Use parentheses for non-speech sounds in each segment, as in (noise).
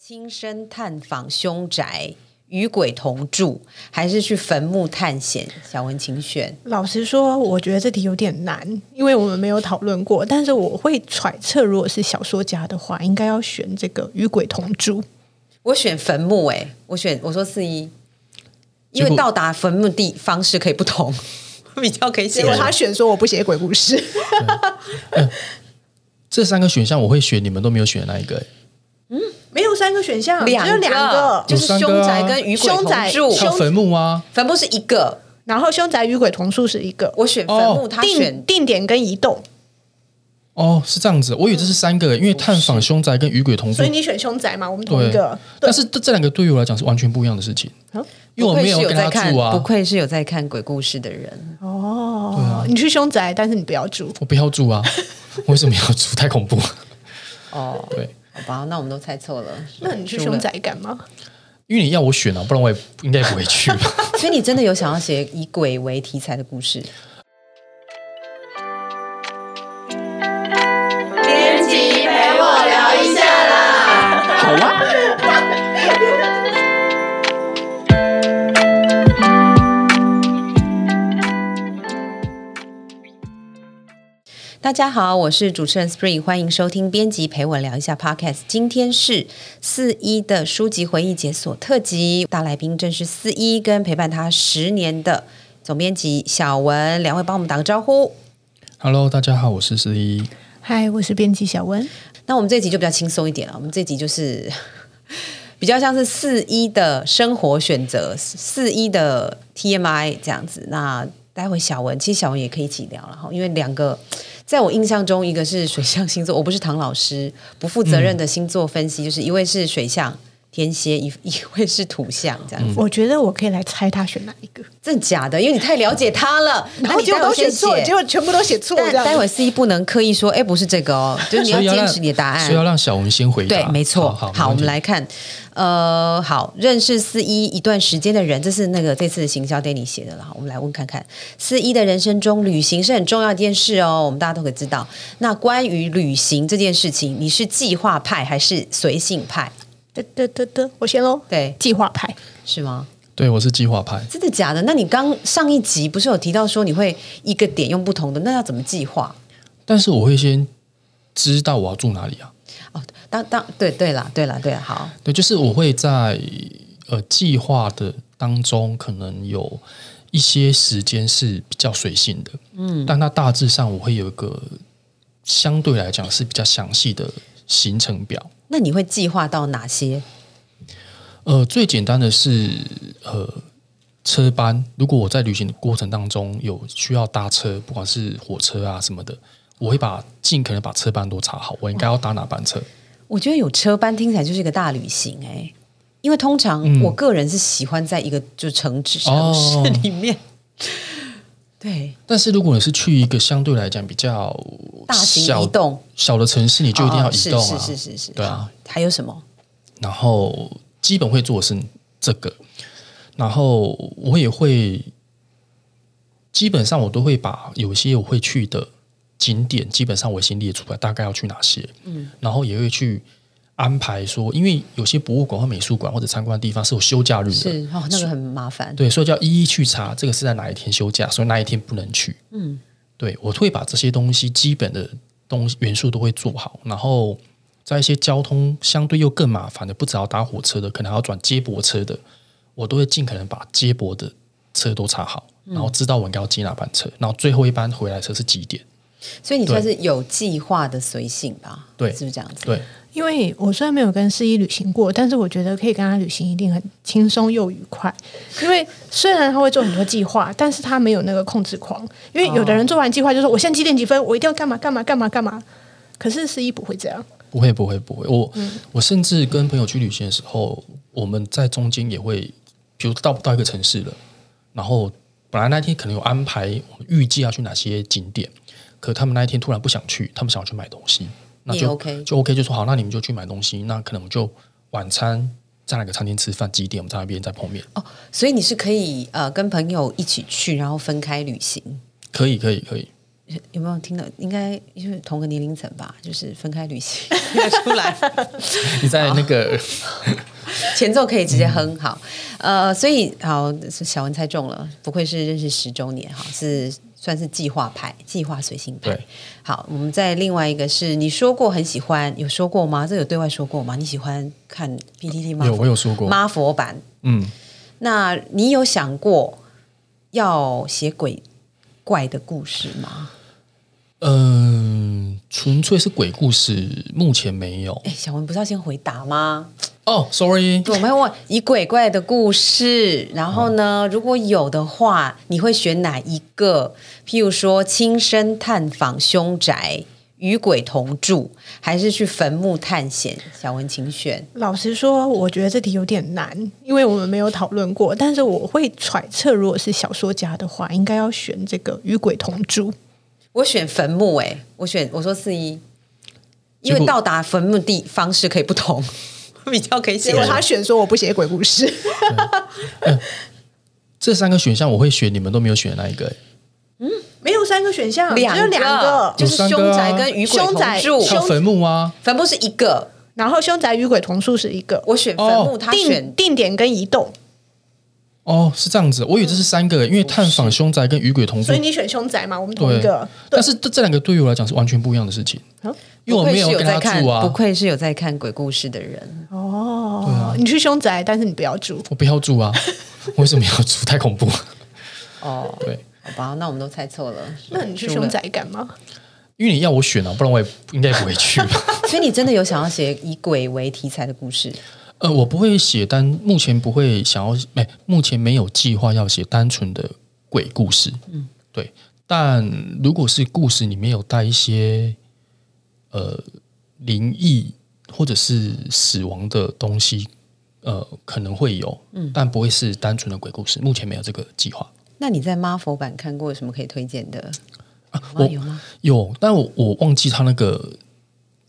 亲身探访凶宅。与鬼同住，还是去坟墓探险？小文请选。老实说，我觉得这题有点难，因为我们没有讨论过。但是我会揣测，如果是小说家的话，应该要选这个与鬼同住。我选坟墓、欸，哎，我选我说四一，因结为果到达坟墓地方式可以不同， (laughs) 比较可以写 (laughs) 结。果他选说我不写鬼故事，这三个选项我会选，你们都没有选哪一个、欸？ (laughs) 没有三个选项，只有两两个。就是有三个凶啊宅跟与鬼凶同宅住，凶像坟墓啊，坟墓是一个，然后凶宅与鬼同住是一个，我选坟墓，哦他定选定点跟移动，哦，是这样子。我以为这是三个欸、因为探访凶宅跟与鬼同住所以，你选凶宅嘛，我们同一对个。。但是这这两个对于我来讲是完全不一样的事情，啊因为我不愧没是有跟在他看，住啊不，愧是有在看鬼故事的人。哦，你去凶宅，但是你不要住。我不要 (laughs) 住啊，我为什么要住？太恐怖。哦，对，好吧，那我们都猜错了。那你去输了凶宅干嘛？因为你要我选啊，不然我也应该不会 (laughs) 去吧。所以你真的有想要写以鬼为题材的故事？编辑陪我聊一下啦。好啊。大家好，我是主持人 Spring，欢迎收听编辑陪我聊一下 Podcast。今天是四一的书籍回忆解锁特辑，大来宾正是四一跟陪伴他十年的总编辑小文，两位帮我们打个招呼。 Hello，大家好，我是十一。嗨，我是编辑小温。那我们这集就比较轻松一点了，我们这集就是 (laughs) 比较像是四一的生活选择，四一的 TMI 这样子。那待会小文，其实小文也可以一起聊了哈，因为两个在我印象中，一个是水象星座，我不是唐老师，不负责任的星座分嗯析，就是一位是水象。天蝎一一位是土象，这样子、我觉得我可以来猜他选哪一个，真的假的？因为你太了解他了，然那后你结果待都会先选错，写结果全部都写错，但这样待会 C 不能刻意说，哎、不是这个哦，就是你要所以坚让持你的答案。所以要让小文先回答。对，没错。好，我们。没问题来看，呃，好，认识四一一段时间的人，这是那个这次的行销 Danny 写的了。好，我们来问看看，四一的人生中，旅行是很重要的一件事哦，我们大家都可以知道。那关于旅行这件事情，你是计划派还是随性派？得得得得，我先喽。对，计划派，是吗？对，我是计划派。真的假的？那你刚上一集不是有提到说你会一个点用不同的，那要怎么计划？但是我会先知道我要住哪里啊。哦，当当，对对啦，对啦，对啦，好，对，就是我会在呃计划的当中，可能有一些时间是比较随性的，嗯，但它大致上我会有一个相对来讲是比较详细的行程表。那你会计划到哪些？呃，最简单的是呃车班，如果我在旅行的过程当中有需要搭车，不管是火车啊什么的，我会把尽可能把车班都查好，我应该要搭哪班车。我觉得有车班听起来就是一个大旅行哎、因为通常嗯我个人是喜欢在一个就城市城哦市里面， (laughs) 对但是如果你是去一个相对来讲比较大型小移动小的城市，你就一定要哦移动是啊，是是是是，对啊。好，还有什么？然后基本会做的是这个，然后我也会基本上我都会把有些我会去的景点，基本上我先列出来，大概要去哪些，嗯，然后也会去安排说，因为有些博物馆或美术馆或者参观的地方是有休假日的，是哦，那个很麻烦。对，所以就要一一去查这个是在哪一天休假，所以哪一天不能去。嗯，对，我会把这些东西基本的东西元素都会做好，然后在一些交通相对又更麻烦的，不只要搭火车的，可能还要转接驳车的，我都会尽可能把接驳的车都查好，然后知道我应该要接哪班车，然后最后一班回来车是几点。所以你算是有计划的随性吧？对是不是这样子？对，因为我虽然没有跟四一旅行过，但是我觉得可以跟他旅行一定很轻松又愉快。因为虽然他会做很多计划，但是他没有那个控制狂。因为有的人做完计划就说：“我现在几点几分，我一定要干嘛干嘛干嘛干嘛。”可是四一不会这样，不会，不会，不会。我、嗯我甚至跟朋友去旅行的时候，我们在中间也会，比如到到一个城市了，然后本来那天可能有安排，我们预计要去哪些景点，可他们那一天突然不想去，他们想要去买东西，那也就 OK 就 OK，就说好，那你们就去买东西，那可能我们就晚餐在哪个餐厅吃饭，几点我们在那边再碰面，哦，所以你是可以呃跟朋友一起去，然后分开旅行。 (laughs) 可以，可以，可以。有没有听到？应该就是同个年龄层吧，就是分开旅行 (laughs) 要出来，你在那啊个前奏可以直接嗯哼好。呃，所以好，小文猜中了，不愧是认识十周年哈，是算是计划派，计划随行派对。好，我们在另外一个是你说过很喜欢，有说过吗？这有对外说过吗？你喜欢看 PTT 吗？有我有说过，妈佛版。嗯，那你有想过要写鬼怪的故事吗？嗯，纯粹是鬼故事，目前没有。哎，小文不是要先回答吗？哦，sorry，我们会问以鬼怪的故事，然后嗯呢，如果有的话，你会选哪一个？譬如说，亲身探访凶宅，与鬼同住，还是去坟墓探险？小文，请选。老实说，我觉得这题有点难，因为我们没有讨论过。但是我会揣测，如果是小说家的话，应该要选这个与鬼同住。我选坟墓、欸，我选我说四一，因结为果到达坟墓地方式可以不同， (laughs) 比较可以写结果他选说我不写鬼故事，这三个选项我会选，你们都没有选的那一个、欸 (laughs) 没有三个选项，只有两两个。就是有三凶个啊宅跟与鬼凶宅同住，像坟墓啊，坟墓是一个，然后凶宅与鬼同住是一个，我选坟墓，哦他定选定点跟移动，哦，是这样子，我以为这是三个欸、因为探访凶宅跟与鬼同住所以，你选凶宅嘛，我们同一对个。，对但是这这两个对于我来讲是完全不一样的事情，啊因为我不愧没是有跟在他看住，啊不，愧是有在看鬼故事的人。啊哦，你去凶宅，但是你不要住。我不要住啊， (laughs) 我为什么要住？太恐怖了，哦，对，好吧，那我们都猜错了。那你去输了凶宅干嘛？因为你要我选啊，不然我也应该不会去吧。所以你真的有想要写以鬼为题材的故 (laughs) 事？呃，我不会写单，目前不会想要，哎，目前没有计划要写单纯的鬼故事。嗯，对。但如果是故事里面有带一些呃灵异或者是死亡的东西，呃，可能会有，嗯，但不会是单纯的鬼故事。目前没有这个计划那你在 Marvel 版看过有什么可以推荐的？啊。有吗我有吗？有，但我我忘记他那个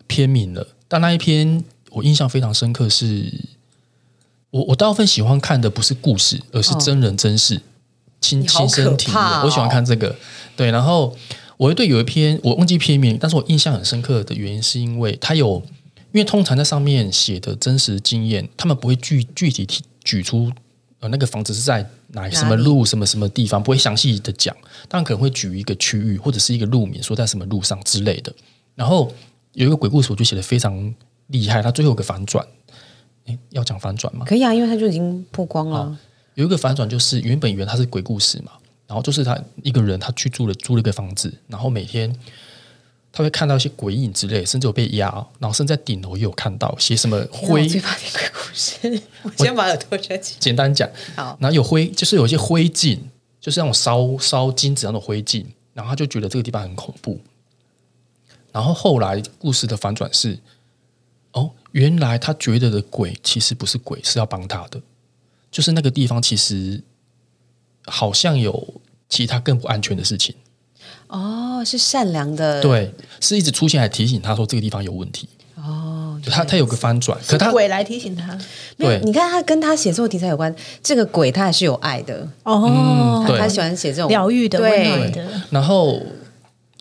片名了。但那一篇我印象非常深刻是，我我大部分喜欢看的不是故事，而是哦真人真事，亲你好亲身体可验。怕哦我喜欢看这个。对，然后我对有一篇我忘记片名，但是我印象很深刻的原因是因为它有，因为通常在上面写的真实经验，他们不会具具体提举出。呃，那个房子是在哪什么哪里路、什么什么地方，不会详细的讲，但可能会举一个区域或者是一个路名，说在什么路上之类的。然后有一个鬼故事，我就写的非常厉害，它最后有个反转，诶要讲反转吗？可以啊，因为它就已经曝光啊了。有一个反转就是原本以为它是鬼故事嘛，然后就是他一个人他去住了租了一个房子，然后每天他会看到一些鬼影之类，甚至有被压，然后甚至在顶楼也有看到写什么我灰，最怕听鬼故事，我先把耳朵遮起。简单讲，好，然后有灰，就是有一些灰烬，就是那种烧烧金子那种灰烬，然后他就觉得这个地方很恐怖。然后后来故事的反转是，哦，原来他觉得的鬼其实不是鬼，是要帮他的，就是那个地方其实好像有其他更不安全的事情， (laughs) 哦，是善良的，，对，是一直出现来提醒他说这个地方有问题。哦，就他他有个翻转，可他鬼来提醒他。没有对，你看他跟他写作题材有关，这个鬼他还是有爱的，哦对他喜欢写这种疗愈的、对温暖的。然后，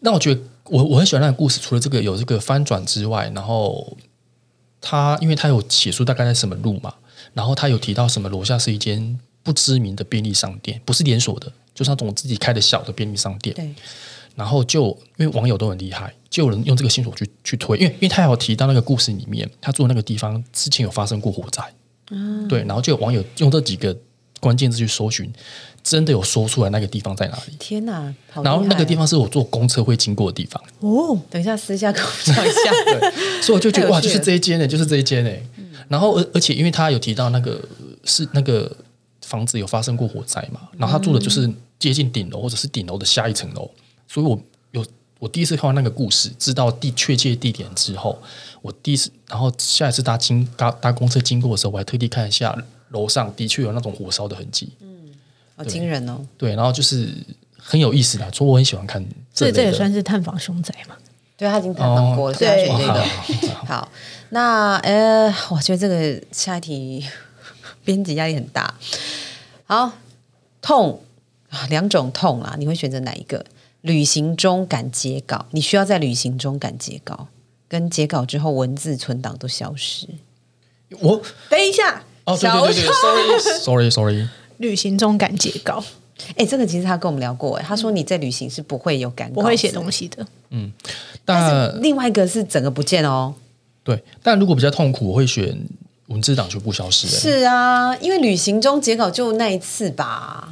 那我觉得我我很喜欢那个故事，除了这个有这个翻转之外，然后他因为他有写出大概在什么路嘛，然后他有提到什么楼下是一间不知名的便利商店，不是连锁的，就是那种自己开的小的便利商店。对，然后就因为网友都很厉害，就有人用这个线索去去推，因为因为他有提到那个故事里面，他住的那个地方之前有发生过火灾，对，然后就有网友用这几个关键字去搜寻，真的有说出来那个地方在哪里。天哪，好然后厉那个害哦地方是我坐公车会经过的地方，哦，等一下私下跟我讲一 (laughs) 下。所以我就太觉得有哇，趣就了是这一间呢、就是这一间呢、然后而而且因为他有提到那个是那个房子有发生过火灾嘛，然后他住的就是接近顶楼或者是顶楼的下一层楼，所以我有我第一次看完那个故事，知道地确切地点之后，我第一次然后下一次搭经搭搭公车经过的时候，我还特地看一下楼上的确有那种火烧的痕迹，好惊人哦！对，然后就是很有意思的，所以我很喜欢看这所以类这的。也算是探访凶宅嘛？对他已经探访过了，哦所以他选这对个。好，那呃，我觉得这个下一题 (laughs) 编辑压力很大。好，痛啊，两种痛啊，你会选择哪一个？旅行中赶截稿，你需要在旅行中赶截稿，跟截稿之后文字存档都消失。 (laughs) 我等一下，哦，对对对对，sorry sorry sorry，旅行中赶截稿，哎，这个其实他跟我们聊过，哎，他说你在旅行是不会有赶稿，我嗯会写东西。西的。但是但另外一个是整个不见哦。对，但如果比较痛苦，我会选文字档全部消失、欸。是啊，因为旅行中截稿就那一次吧。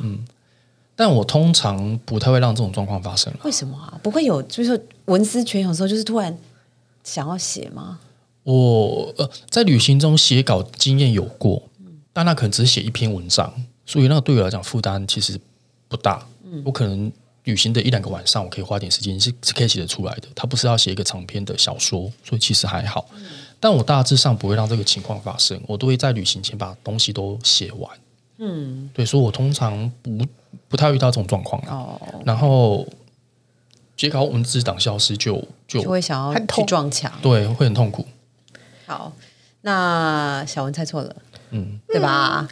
但我通常不太会让这种状况发生了。为什么啊？不会有就是说文思泉涌的时候，就是突然想要写吗？我呃，在旅行中写稿经验有过，但那可能只是写一篇文章，所以那个对我来讲负担其实不大。我可能旅行的一两个晚上，我可以花点时间是是可以写得出来的。它不是要写一个长篇的小说，所以其实还好。但我大致上不会让这个情况发生，我都会在旅行前把东西都写完。嗯，对，所以我通常不不太遇到这种状况啊。哦，然后截稿文字档消失就就就会想要很去痛撞墙。对会很痛苦。好，那小文猜错了，嗯，对吧？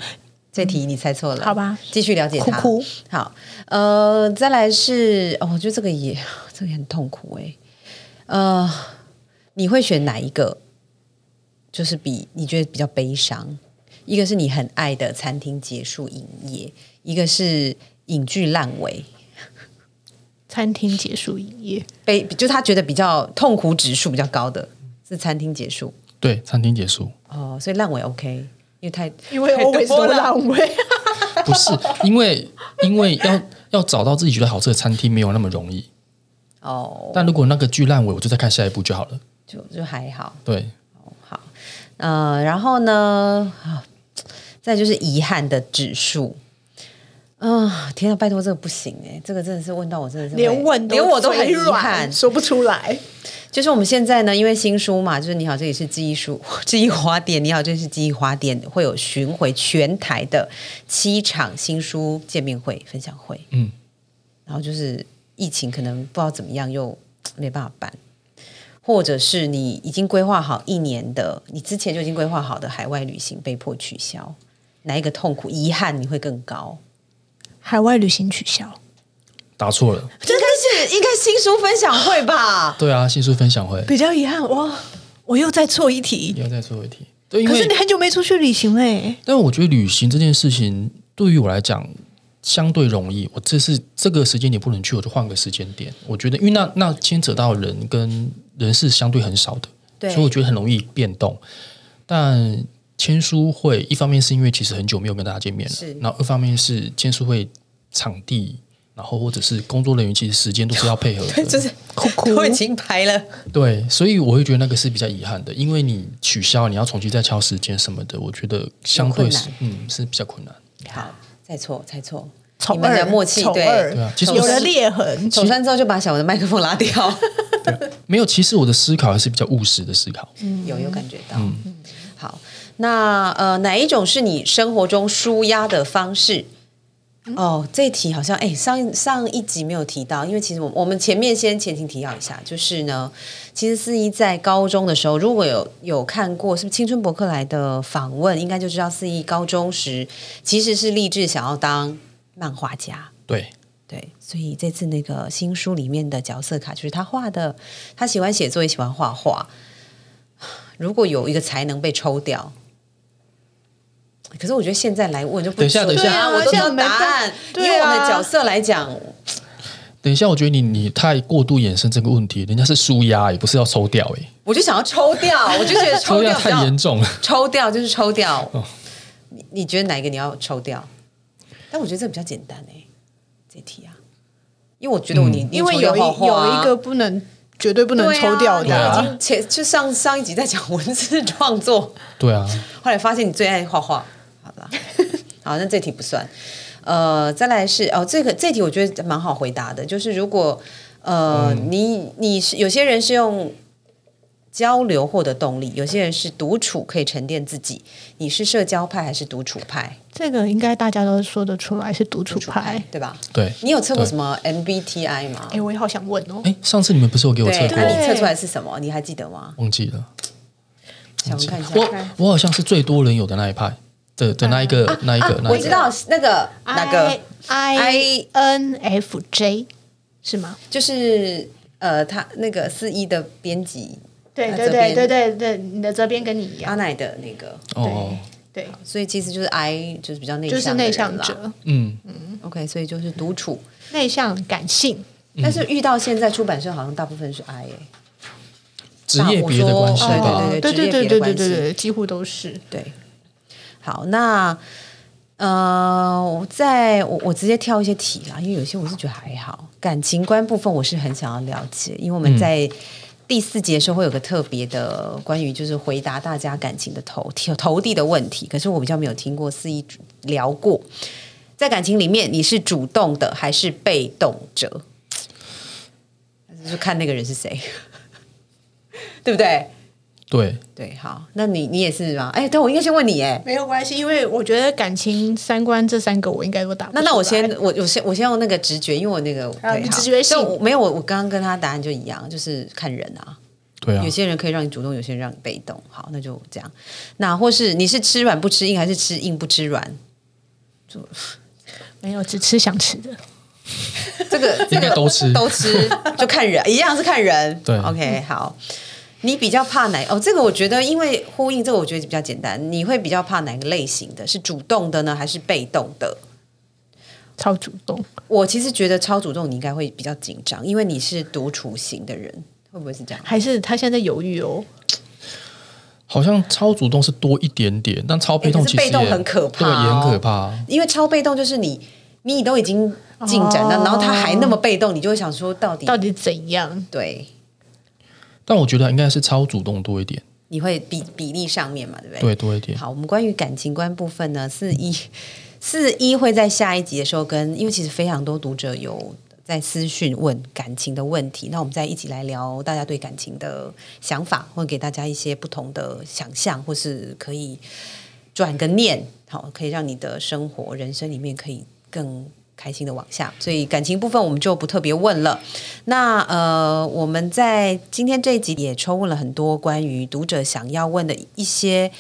这题你猜错了，好吧继续了解他。哭哭好，呃，再来是，哦，我觉得这个也 (sighs) 这个也很痛苦哎、呃，你会选哪一个？就是比你觉得比较悲伤，一个是你很爱的餐厅结束营业，一个是影剧烂尾，餐厅结束营业，悲就他觉得比较痛苦指数比较高的是餐厅结束对，餐厅结束哦，所以烂尾 OK，因为太因为太多 always 都了浪费。 (laughs) 不是因为因为要要找到自己觉得好吃的餐厅没有那么容易。哦，但如果那个剧烂尾，我就再看下一部就好了。就就还好，对，好，呃，然后呢，啊再就是遗憾的指数。啊、天啊！拜托，这个不行哎、这个真的是问到我，真的是会连问连我都很很遗憾软，。说不出来。就是我们现在呢，因为新书嘛，就是你好，这里是记忆书， (laughs) 记忆花店，你好，这里是记忆花店，会有巡回全台的七场新书见面会、分享会，嗯，然后就是疫情可能不知道怎么样，又没办法办，或者是你已经规划好一年的，你之前就已经规划好的海外旅行被迫取消，哪一个痛苦、遗憾你会更高？海外旅行取消，答错了。应该是应该新书分享会吧？对啊，新书分享会比较遗憾哇！我又再错一题。又再做一题。对，因可为是你很久没出去旅行嘞，但我觉得旅行这件事情对于我来讲相对容易。我这是这个时间点不能去，我就换个时间点。我觉得，因为那那牵扯到人跟人是相 (laughs) 对很少的， (laughs) 对所以我觉得很容易变动。但签书会一方面是因为其实很久没有跟大家见面了是，然后二方面是签书会场地。然后或者是工作人员，其实时间都是要配合 (laughs) 的，就是哭哭都已经排了。对，所以我会觉得那个是比较遗憾的，因为你取消，你要重新再敲时间什么的，我觉得相有困对难是嗯是比较困难。好，再错，再错，丑你们的二默契丑对二对啊其实有我了是裂痕，手酸之后就把小文的麦克风拉掉，没有，其实我的思考还是比较务实的思考。有有感觉到。嗯好，那呃，哪一种是你生活中舒压的方式？哦，这一题好像哎，上上一集没有提到，因为其实我我们前面先前情提要一下，就是呢，其实四一在高中的时候，如果有有看过是不是青春博客来的访问，应该就知道四一高中时其实是立志想要当漫画家。对，对，所以这次那个新书里面的角色卡就是他画的，他喜欢写作也喜欢画画。如果有一个才能被抽掉，可是我觉得现在来问就不等一下说等一下对啊对啊我都知现在道没答案办。因为对我啊们的角色来讲，等一下，我觉得你你太过度衍生这个问题，人家是舒压，也不是要抽掉，哎，我就想要抽掉，我就觉得抽 (laughs) 抽掉掉比太较严重了。抽掉就是抽掉。哦你你觉得哪一个你要抽掉？但我觉得这比较简单哎、这题啊，因为我觉得我嗯你、你因为抽掉有一画画啊有一个不能绝对不能抽掉对的啊啊你已经前就上上一集在讲文字创作，对啊，后来发现你最爱画画，好了， (laughs) 好，那这题不算。呃，再来是哦，这个这题我觉得蛮好回答的，就是如果呃，你你是有些人是用交流获得动力，有些人是独处可以沉淀自己，你是社交派还是独处派？这个应该大家都说得出来是独处派。对吧？对。你有测过对什么 MBTI 吗哎、？我也好想问哦，哎，上次你们不是有给我测对，过那你对测出来是什么？你还记得吗？忘记了，想看啊一下。我我好像是最多人有的那一派的的那一个哎哎那一个，那一个我知道那个哪个 I N F J 是吗？就是呃，他那个四一的编辑对呃对这边对对对对，你的责编跟你一阿样，奶的那个，哦，对，所以其实就是 I 就是比较内向就的是人啦，内向者，嗯， OK，所以就是独处。内向感性，但嗯是遇到现在出版社好像大部分是 I 欸职业别的关系对吧，哦对对对职业对别的对对关系对对，几乎都是对，好，那呃，我在我我直接挑一些题啦，因为有些我是觉得还好。感情观部分我是很想要了解，因为我们在第四节的时候会有个特别的关于就是回答大家感情的投投递的问题，可是我比较没有听过四一呃聊过。在感情里面，你是主动的还是被动者？ (laughs) 就是看那个人是谁， (laughs) 对不对？对，对，好，那你你也是吗？哎，对，我应该先问你哎。没有关系，因为我觉得感情三观这三个我应该都打不出那来。那我先我我先我先用那个直觉，因为我那个啊对你好直觉性但我没有我我刚刚跟他答案就一样，就是看人啊，对啊有，些人可以让你主动，有些人让你被动。好，那就这样。那或是你是吃软不吃硬，还是吃硬不吃软？没有只吃想吃的，这个这 (laughs) 应该个都吃都吃，就看人，一样是看人。对，OK，好。你比较怕哪？哦，这个我觉得，因为呼应这个，我觉得比较简单。你会比较怕哪个类型的？是主动的呢，还是被动的？超主动。我其实觉得超主动，你应该会比较紧张，因为你是独处型的人，会不会是这样？还是他现在犹豫哦？嗯好像超主动是多一点点，但超被动哎可是其实也被动很可怕哦对，也很可怕。因为超被动就是你，你都已经进展了，哦然后他还那么被动，你就会想说到底到底怎样？对，但我觉得应该是超主动多一点，你会比比例上面嘛，对不对？对，多一点。好，我们关于感情观部分呢，四一 (laughs) 四一会在下一集的时候跟，因为其实非常多读者有在私讯问感情的问题，那我们再一起来聊大家对感情的想法，或者给大家一些不同的想象，或是可以转个念，好，可以让你的生活、人生里面可以更。开心的往下，所以感情部分我们就不特别问了。那呃，我们在今天这一集也抽问了很多关于读者想要问的一些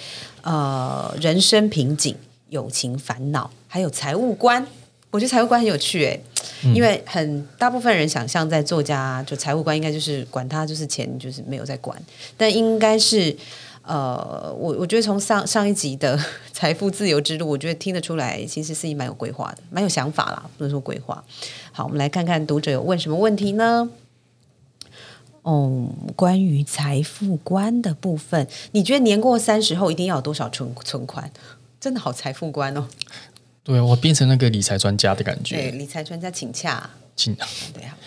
呃人生瓶颈、友情烦恼，还有财务观。我觉得财务观很有趣诶、因为很大部分人想象在作家就财务观应该就是管他就是钱就是没有在管，但应该是呃，我我觉得从上上一集的财富自由之路，我觉得听得出来，其实是蛮有规划的，蛮有想法啦，不能说规划。好，我们来看看读者有问什么问题呢？哦，关于财富观的部分，你觉得年过三十后一定要有多少存存款？真的好财富观哦！对我变成那个理财专家的感对，觉，理财专家请洽，请对啊，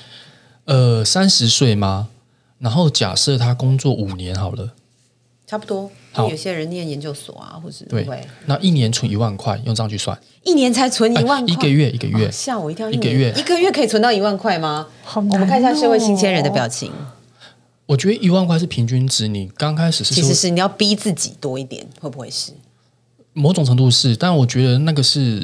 呃三十岁吗？然后假设他工作五年好了，差不多。因好为有些人念研究所啊，或是对会，那一年存一万块，用这样去算，一年才存一万块，哎一个月一个月哦吓我一跳！一个月一个月可以存到一万块吗？好难哦我们看一下社会新鲜人的表情，我觉得一万块是平均值，你刚开始是其实是你要逼自己多一点，会不会是？某种程度是，但我觉得那个是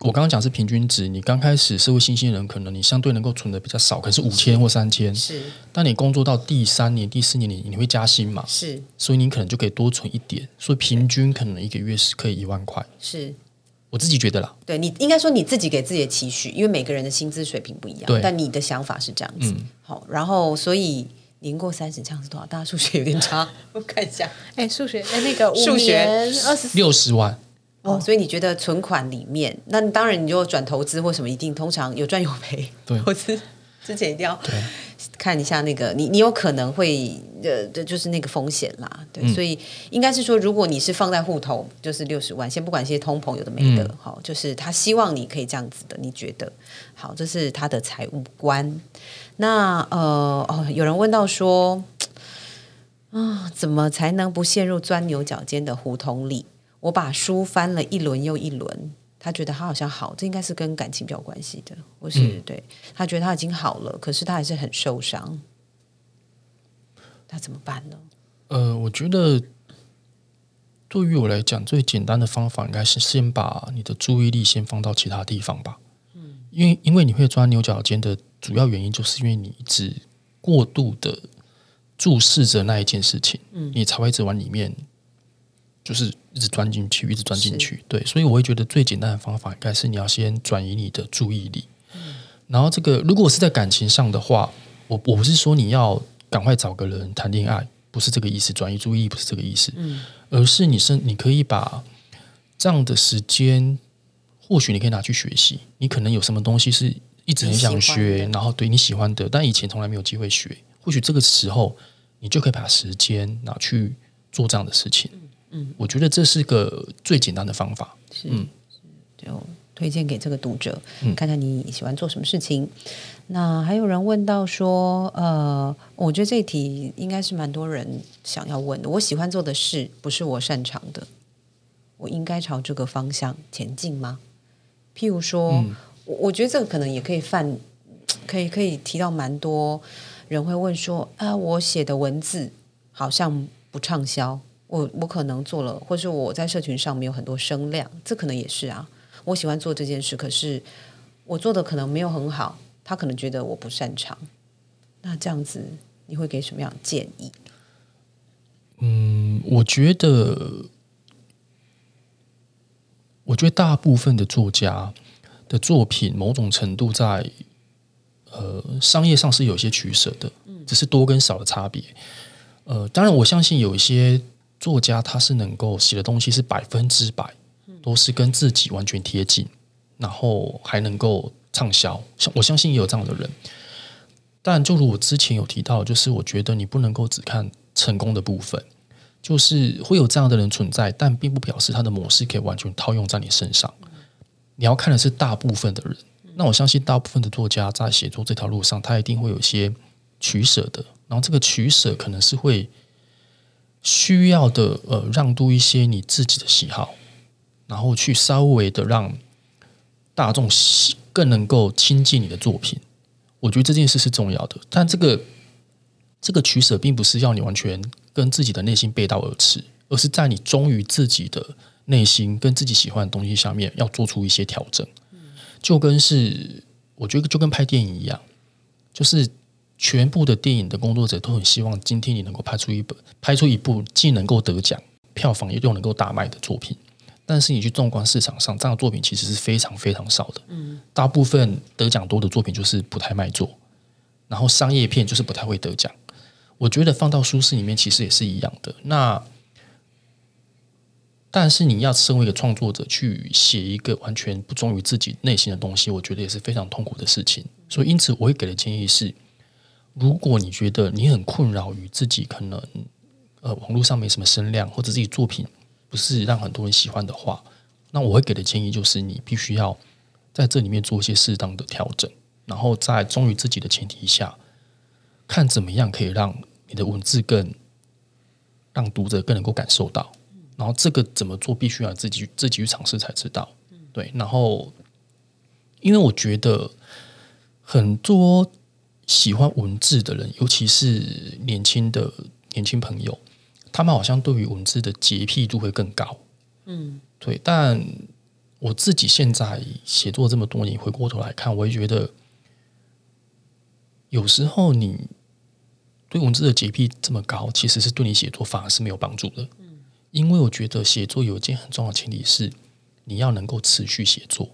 我刚刚讲是平均值。你刚开始社会新鲜人，可能你相对能够存的比较少，可能是五千或三千。是但你工作到第三年、第四年，你你会加薪嘛？是所以你可能就可以多存一点，所以平均可能一个月是可以一万块。是，我自己觉得啦，对你应该说你自己给自己的期许，因为每个人的薪资水平不一样对，但你的想法是这样子。好，然后所以年过三十这样是多少？大家数学有点差， (laughs) 我看一下。哎，数学，哎，那个数学二十六十万，哦，所以你觉得存款里面，那当然你就转投资或什么，一定通常有赚有赔。对投资之前一定要看一下那个，你你有可能会呃，这就是那个风险啦。嗯对，所以应该是说，如果你是放在户头，就是六十万，先不管一些通膨有的没的嗯，好、就是他希望你可以这样子的，你觉得好，这是他的财务观。那呃，哦，有人问到说，啊，怎么才能不陷入钻牛角尖的胡同里？我把书翻了一轮又一轮，他觉得他好像好，这应该是跟感情比较有关系的，或是、对他觉得他已经好了，可是他还是很受伤，那怎么办呢？呃，我觉得对于我来讲，最简单的方法应该是先把你的注意力先放到其他地方吧。嗯，因为因为你会钻牛角尖的主要原因，就是因为你一直过度的注视着那一件事情，嗯，你才会一直往里面就是一直钻进去，一直钻进去。对，所以我会觉得最简单的方法应该是你要先转移你的注意力。然后这个如果是在感情上的话，我我不是说你要赶快找个人谈恋爱，不是这个意思，转移注意力不是这个意思，嗯而是你是你可以把这样的时间，或许你可以拿去学习，你可能有什么东西是一直很想你喜欢学的，然后对你喜欢的，但以前从来没有机会学，或许这个时候你就可以把时间拿去做这样的事情。嗯，我觉得这是个最简单的方法。就推荐给这个读者，看看你喜欢做什么事情。那还有人问到说，呃，我觉得这一题应该是蛮多人想要问的。我喜欢做的事不是我擅长的，我应该朝这个方向前进吗？譬如说，我我觉得这个可能也可以犯，可以可以提到蛮多人会问说，啊，我写的文字好像不畅销，我我可能做了，或是我在社群上没有很多声量，这可能也是啊。我喜欢做这件事，可是我做的可能没有很好，他可能觉得我不擅长。那这样子，你会给什么样的建议？嗯，我觉得，我觉得大部分的作家的作品，某种程度在呃商业上是有一些取舍的，只是多跟少的差别。呃，当然，我相信有一些作家他是能够写的东西是百分之百都是跟自己完全贴近，然后还能够畅销。像我相信也有这样的人，但就如我之前有提到，就是我觉得你不能够只看成功的部分，就是会有这样的人存在，但并不表示他的模式可以完全套用在你身上。你要看的是大部分的人。那我相信大部分的作家在写作这条路上，他一定会有一些取舍的，然后这个取舍可能是会需要的，呃，让渡一些你自己的喜好，然后去稍微的让大众喜更能够亲近你的作品。我觉得这件事是重要的，但这个这个取舍并不是要你完全跟自己的内心背道而驰，而是在你忠于自己的内心跟自己喜欢的东西下面，要做出一些调整。就跟是我觉得就跟拍电影一样，就是全部的电影的工作者都很希望今天你能够拍出一本拍出一部既能够得奖、票房又能够大卖的作品。但是你去纵观市场上，这样的作品其实是非常非常少的。大部分得奖多的作品就是不太卖座，然后商业片就是不太会得奖。我觉得放到书市里面其实也是一样的。那但是你要身为一个创作者去写一个完全不忠于自己内心的东西，我觉得也是非常痛苦的事情。所以因此我会给的建议是，如果你觉得你很困扰于自己可能呃网络上没什么声量，或者自己作品不是让很多人喜欢的话，那我会给的建议就是你必须要在这里面做一些适当的调整，然后在忠于自己的前提下，看怎么样可以让你的文字更让读者更能够感受到。然后这个怎么做，必须要自己自己去尝试才知道。对，然后因为我觉得很多喜欢文字的人，尤其是年轻的年轻朋友，他们好像对于文字的洁癖度会更高。嗯，对，但我自己现在写作这么多年，回过头来看，我会觉得有时候你对文字的洁癖这么高，其实是对你写作反而是没有帮助的。因为我觉得写作有一件很重要的前提是，你要能够持续写作。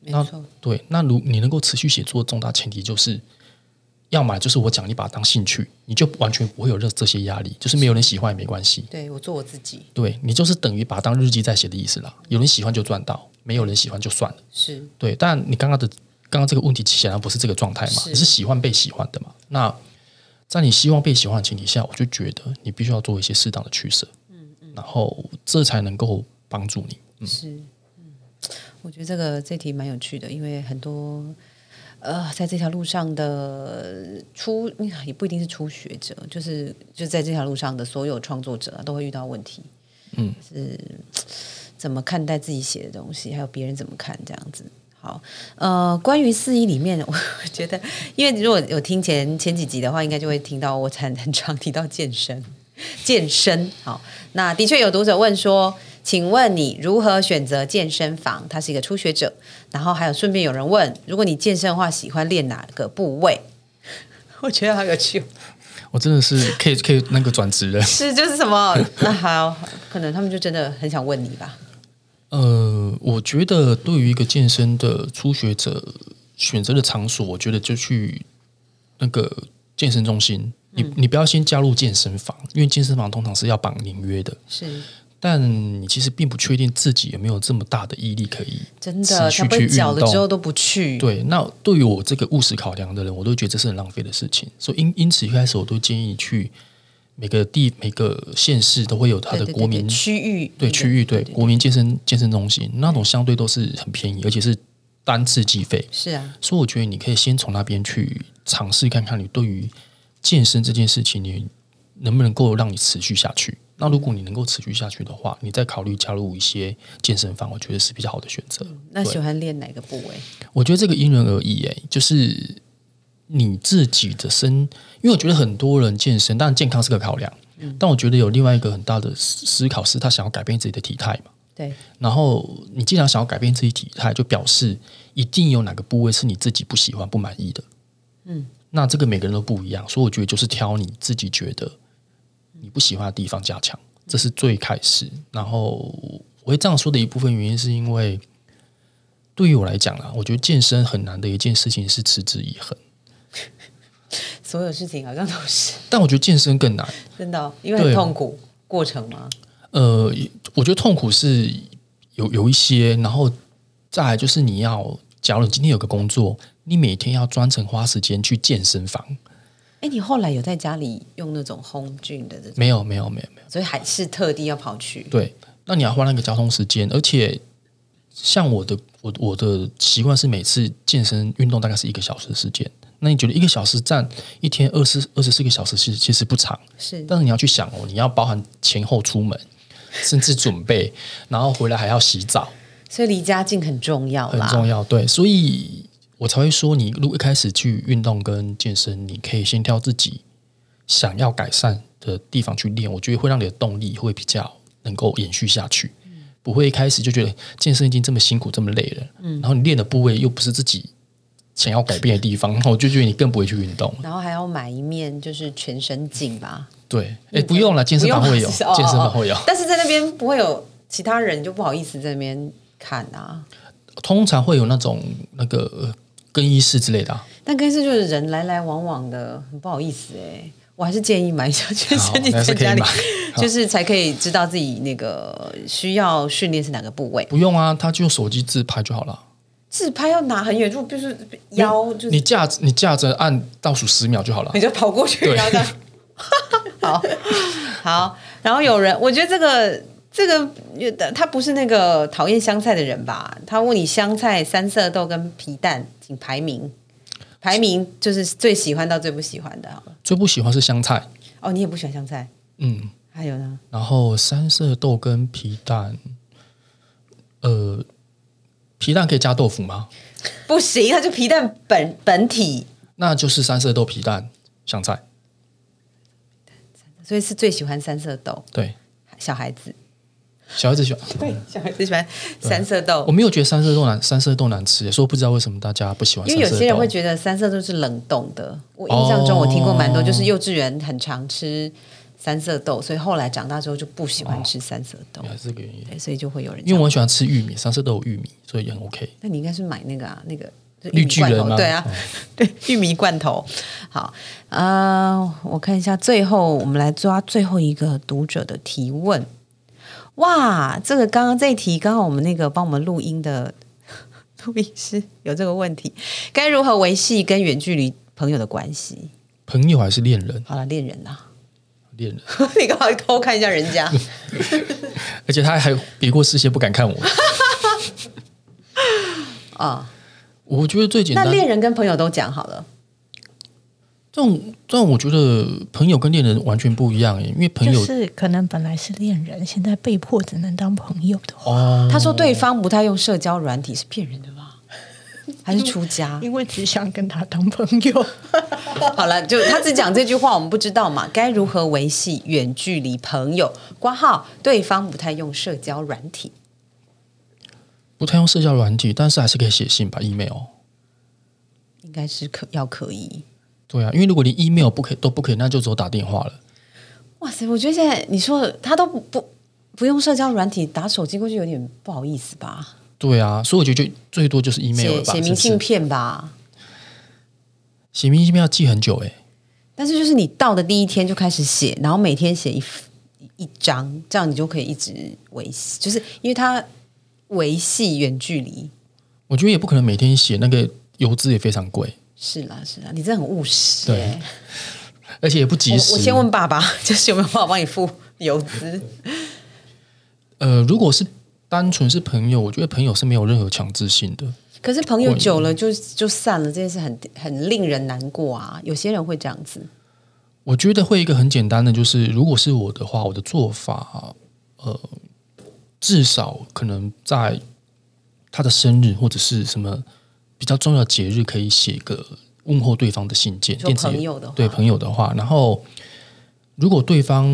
没那错，对，那如你能够持续写作，重大前提就是，要么就是我讲你把它当兴趣，你就完全不会有这这些压力，就是没有人喜欢也没关系。对我做我自己对你就是等于把它当日记在写的意思啦，有人喜欢就赚到，没有人喜欢就算了。是对，但你刚刚的刚刚这个问题显然不是这个状态嘛，是你是喜欢被喜欢的嘛？那在你希望被喜欢的前提下，我就觉得你必须要做一些适当的取舍，然后这才能够帮助你。是，嗯，我觉得这个这题蛮有趣的，因为很多呃，在这条路上的初嗯也不一定是初学者，就是就在这条路上的所有创作者、啊、都会遇到问题，嗯，是怎么看待自己写的东西，还有别人怎么看这样子。好，呃，关于四一里面， (laughs) 我我觉得，因为如果有听前前几集的话，应该就会听到我 (laughs) 很很常提到健身，健身。好，那的确有读者问说，请问你如何选择健身房？他是一个初学者，然后还有顺便有人问，如果你健身的话，喜欢练哪个部 (laughs) 位？我觉得好有趣哦，我真的是可以可以那个转职 (laughs) 了。是就是什么？ (laughs) 那好，可能他们就真的很想问你吧。呃，我觉得对于一个健身的初学者，选择的场所，我觉得就去那个健身中心。你你不要先加入健身房，因为健身房通常是要绑年约的，是但你其实并不确定自己有没有这么大的毅力可以真的，持他续去被运缴了动之后都不去，对，那对于我这个务实考量的人，我都觉得这是很浪费的事情。所以因因此一开始我都建议去每个地每个县市都会有它对的对国对对民区域对区域对对国民健身健身中心那种相对都是很便宜，而且是单次计费。是啊，所以我觉得你可以先从那边去尝试看看，你对于健身这件事情，你能不能够让你持续下去？那如果你能够持续下去的话，你再考虑加入一些健身房，我觉得是比较好的选择。那对喜欢练哪个部位？我觉得这个因人而异，哎，就是你自己的身，因为我觉得很多人健身，当然健康是个考量，但我觉得有另外一个很大的思思考是，他想要改变自己的体态嘛。对，然后你既然想要改变自己体态，就表示一定有哪个部位是你自己不喜欢、不满意的。嗯，那这个每个人都不一样，所以我觉得就是挑你自己觉得你不喜欢的地方加强，这是最开始。然后我会这样说的一部分原因，是因为对于我来讲啊，我觉得健身很难的一件事情是持之以恒，所有事情好像都是但我觉得健身更难。真的哦、因为很对痛苦过程嘛，呃，我觉得痛苦是有有一些，然后再来就是你要，假如你今天有个工作，你每天要专程花时间去健身房，哎，你后来有在家里用那种 home gym 的这种，没有，没有，没有，没有，所以还是特地要跑去。对，那你要花那个交通时间，而且像我的，我我的习惯是每次健身运动大概是一个小时的时间，那你觉得一个小时占一天二十二十四个小时，其实其实不长，是但是你要去想哦，你要包含前后出门，甚至准备，然后回来还要洗澡。所以离家近很重要很啦。重要，对，所以我才会说，你如果一开始去运动跟健身，你可以先挑自己想要改善的地方去练，我觉得会让你的动力会比较能够延续下去，嗯不会一开始就觉得健身已经这么辛苦这么累了，嗯然后你练的部位又不是自己想要改变的地方， (laughs) 然后我就觉得你更不会去运动。然后还要买一面就是全身镜吧，对，哎，不用了，健身房不用会有，是 (laughs) 哦健身房会有哦哦，但是在那边不会有其他人，就不好意思在那边看啊。通常会有那种那个呃更衣室之类的啊、但更衣室就是人来来往往的，很不好意思哎、我还是建议买一下全身镜好那在是可以家里买， (laughs) 好就是才可以知道自己那个需要训练是哪个部位。不用啊，他就用手机自拍就好了。啊自拍要拿很远，就就是腰就是哎哎你架你架着按倒数十秒就好了你。就跑过去，对然后这样， (laughs) 好好，然后有人，我觉得这个这个他不是那个讨厌香菜的人吧？他问你香菜、三色豆跟皮蛋，请排名，排名就是最喜欢到最不喜欢的好了。最不喜欢是香菜，哦，你也不喜欢香菜，嗯，还有呢？然后三色豆跟皮蛋，呃，皮蛋可以加豆腐吗？不行，他就皮蛋本本体，那就是三色豆皮蛋香菜，所以是最喜欢三色豆。对，小孩子，小孩子喜欢。对，小孩子喜欢三色豆我，没有觉得三色豆难，三色豆难吃，所以我不知道为什么大家不喜欢因哦三为色豆。有些人会觉得三色豆是冷冻的，我印象中我听过蛮多，哦就是幼稚园很常吃三色豆，所以后来长大之后就不喜欢吃三色豆，原来是这个原因，对，所以就会有人这嗯因为样我很喜欢吃玉米，三色豆有玉米，所以也很 OK。那你应该是买那个啊，那个就绿玉米巨罐人头吗对啊哦，对，玉米罐头。好啊、呃我看一下，最后我们来抓最后一个读者的提问。哇，这个刚刚这一题，刚好我们那个帮我们录音的 (laughs) 录音师有这个问题，该如何维系跟远距离朋友的关系？朋友还是恋人？好了，恋人啦，恋人， (laughs) 你干嘛偷看一下人家？而且他还别过视线，不敢看我。 (laughs) 啊、我觉得最简那单，恋人跟朋友都讲好了，这种这种，我觉得朋友跟恋人完全不一样耶，欸因为朋就友是可能本来是恋人，现在被迫只能当朋友的话，哦，他说对方不太用社交软体是骗人的吧？还是出家？因为只想跟他当朋友。好了，就他只讲这句话，我们不知道嘛， (laughs) 该如何维系远距离朋友？挂号，对方不太用社交软体，不太用社交软体，但是还是可以写信吧，email。应该是可要可以。对啊，因为如果连 email 不可以都不可以，那就只有打电话了。哇塞，我觉得现在你说他都不不不用社交软体，打手机过去有点不好意思吧？对啊，所以我觉得就最多就是 email 写了写吧，是明不信是？片吧。写明信片要寄很久哎、但是就是你到的第一天就开始写，然后每天写一一张，这样你就可以一直维系，就是因为它维系远距离。我觉得也不可能每天写，那个邮资也非常贵，是啦，是啦，你真的很务实、对欸。而且也不我及时。我先问爸 (laughs) 爸，就是有没有办法帮你付邮资？呃，如果是单纯是朋友，我觉得朋友是没有任何强制性的。可是朋友久嗯了就就散了，这件事很很令人难过啊。有些人会这样子，我觉得会一个很简单的，就是如果是我的话，我的做法，呃，至少可能在他的生日或者是什么比较重要的节日，可以写个问候对方的信件，说电子邮朋友的话对朋友的话，然后如果对方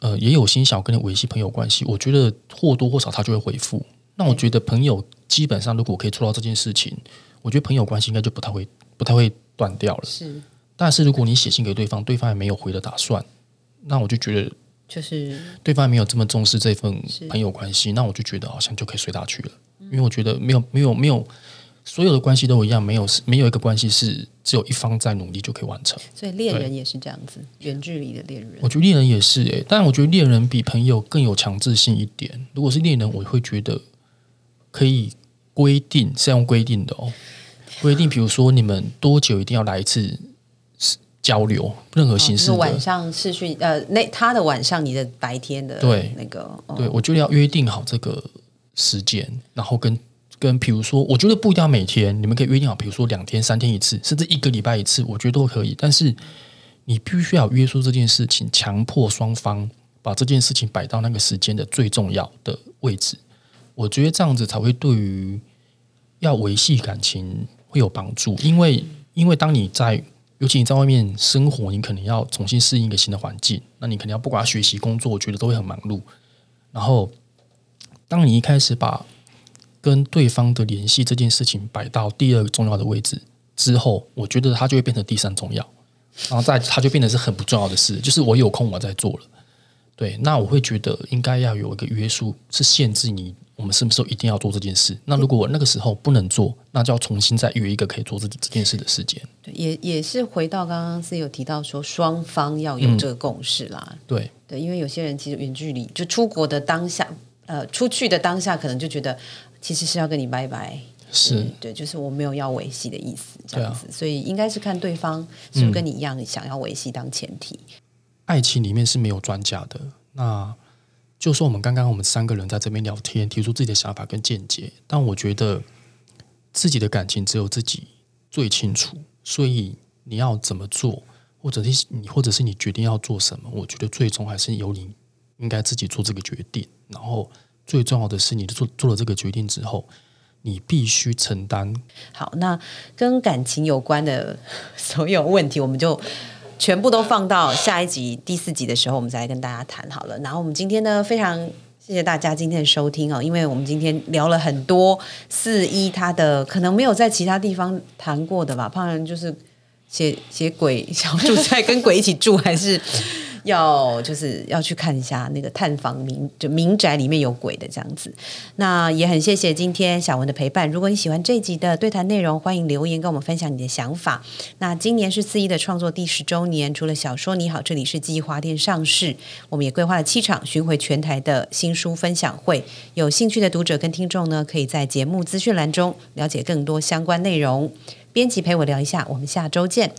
呃也有心想要跟你维系朋友关系，我觉得或多或少他就会回复。那我觉得朋友基本上如果可以做到这件事情，我觉得朋友关系应该就不太会不太会断掉了。是但是如果你写信给对方，对方也没有回的打算，那我就觉得就是对方也没有这么重视这份朋友关系，那我就觉得好像就可以随他去了，因为我觉得没有没有没有所有的关系都一样，没有是没有一个关系是只有一方在努力就可以完成。所以恋人也是这样子，远距离的恋人我觉得恋人也是诶、但我觉得恋人比朋友更有强制性一点。如果是恋人，我会觉得可以规定是要用规定的哦，规定比如说你们多久一定要来一次交流，任何形哦就式是的。晚上视讯，呃，那他的晚上，你的白天的对那个，哦对，我觉得要约定好这个时间，然后跟跟，比如说，我觉得不一定要每天，你们可以约定好，比如说两天、三天一次，甚至一个礼拜一次，我觉得都可以。但是你必须要有约束这件事情，强迫双方把这件事情摆到那个时间的最重要的位置。我觉得这样子才会对于要维系感情会有帮助，因为因为当你在尤其你在外面生活，你可能要重新适应一个新的环境，那你可能要不管要学习、工作，我觉得都会很忙碌。然后，当你一开始把跟对方的联系这件事情摆到第二重要的位置之后，我觉得它就会变成第三重要，然后再它就变得是很不重要的事，就是我有空我在做了。对，那我会觉得应该要有一个约束，是限制你我们什么时候一定要做这件事。那如果我那个时候不能做，那就要重新再约一个可以做这这件事的时间。对也也是回到刚刚是有提到说，双方要有这个共识啦。对，对，因为有些人其实远距离，就出国的当下，呃，出去的当下，可能就觉得其实是要跟你拜拜。是嗯，对，就是我没有要维系的意思，这样对啊嗯子，所以应该是看对方是不是跟你一样想要维系当前提。爱情里面是没有专家的。那就说我们刚刚我们三个人在这边聊天，提出自己的想法跟见解，但我觉得自己的感情只有自己最清楚，所以你要怎么做，或者是你或者是你决定要做什么，我觉得最终还是由你应该自己做这个决定。然后最重要的是，你做做了这个决定之后，你必须承担好，那跟感情有关的 (laughs) 所有问题，我们就全部都放到下一集第四集的时候，我们再来跟大家谈好了。然后我们今天呢，非常。谢谢大家今天的收听哦，因为我们今天聊了很多四一他的可能没有在其他地方谈过的吧，胖人就是写写鬼小住在跟鬼一起住，还是要就是要去看一下那个探访民就民宅里面有鬼的这样子。那也很谢谢今天小文的陪伴。如果你喜欢这一集的对谈内容，欢迎留言跟我们分享你的想法。那今年是四一的创作第十周年，除了小说《你好，这里是记忆花店》上市，我们也规划了七场巡回全台的新书分享会。有兴趣的读者跟听众呢，可以在节目资讯栏中了解更多相关内容。编辑陪我聊一下，我们下周见，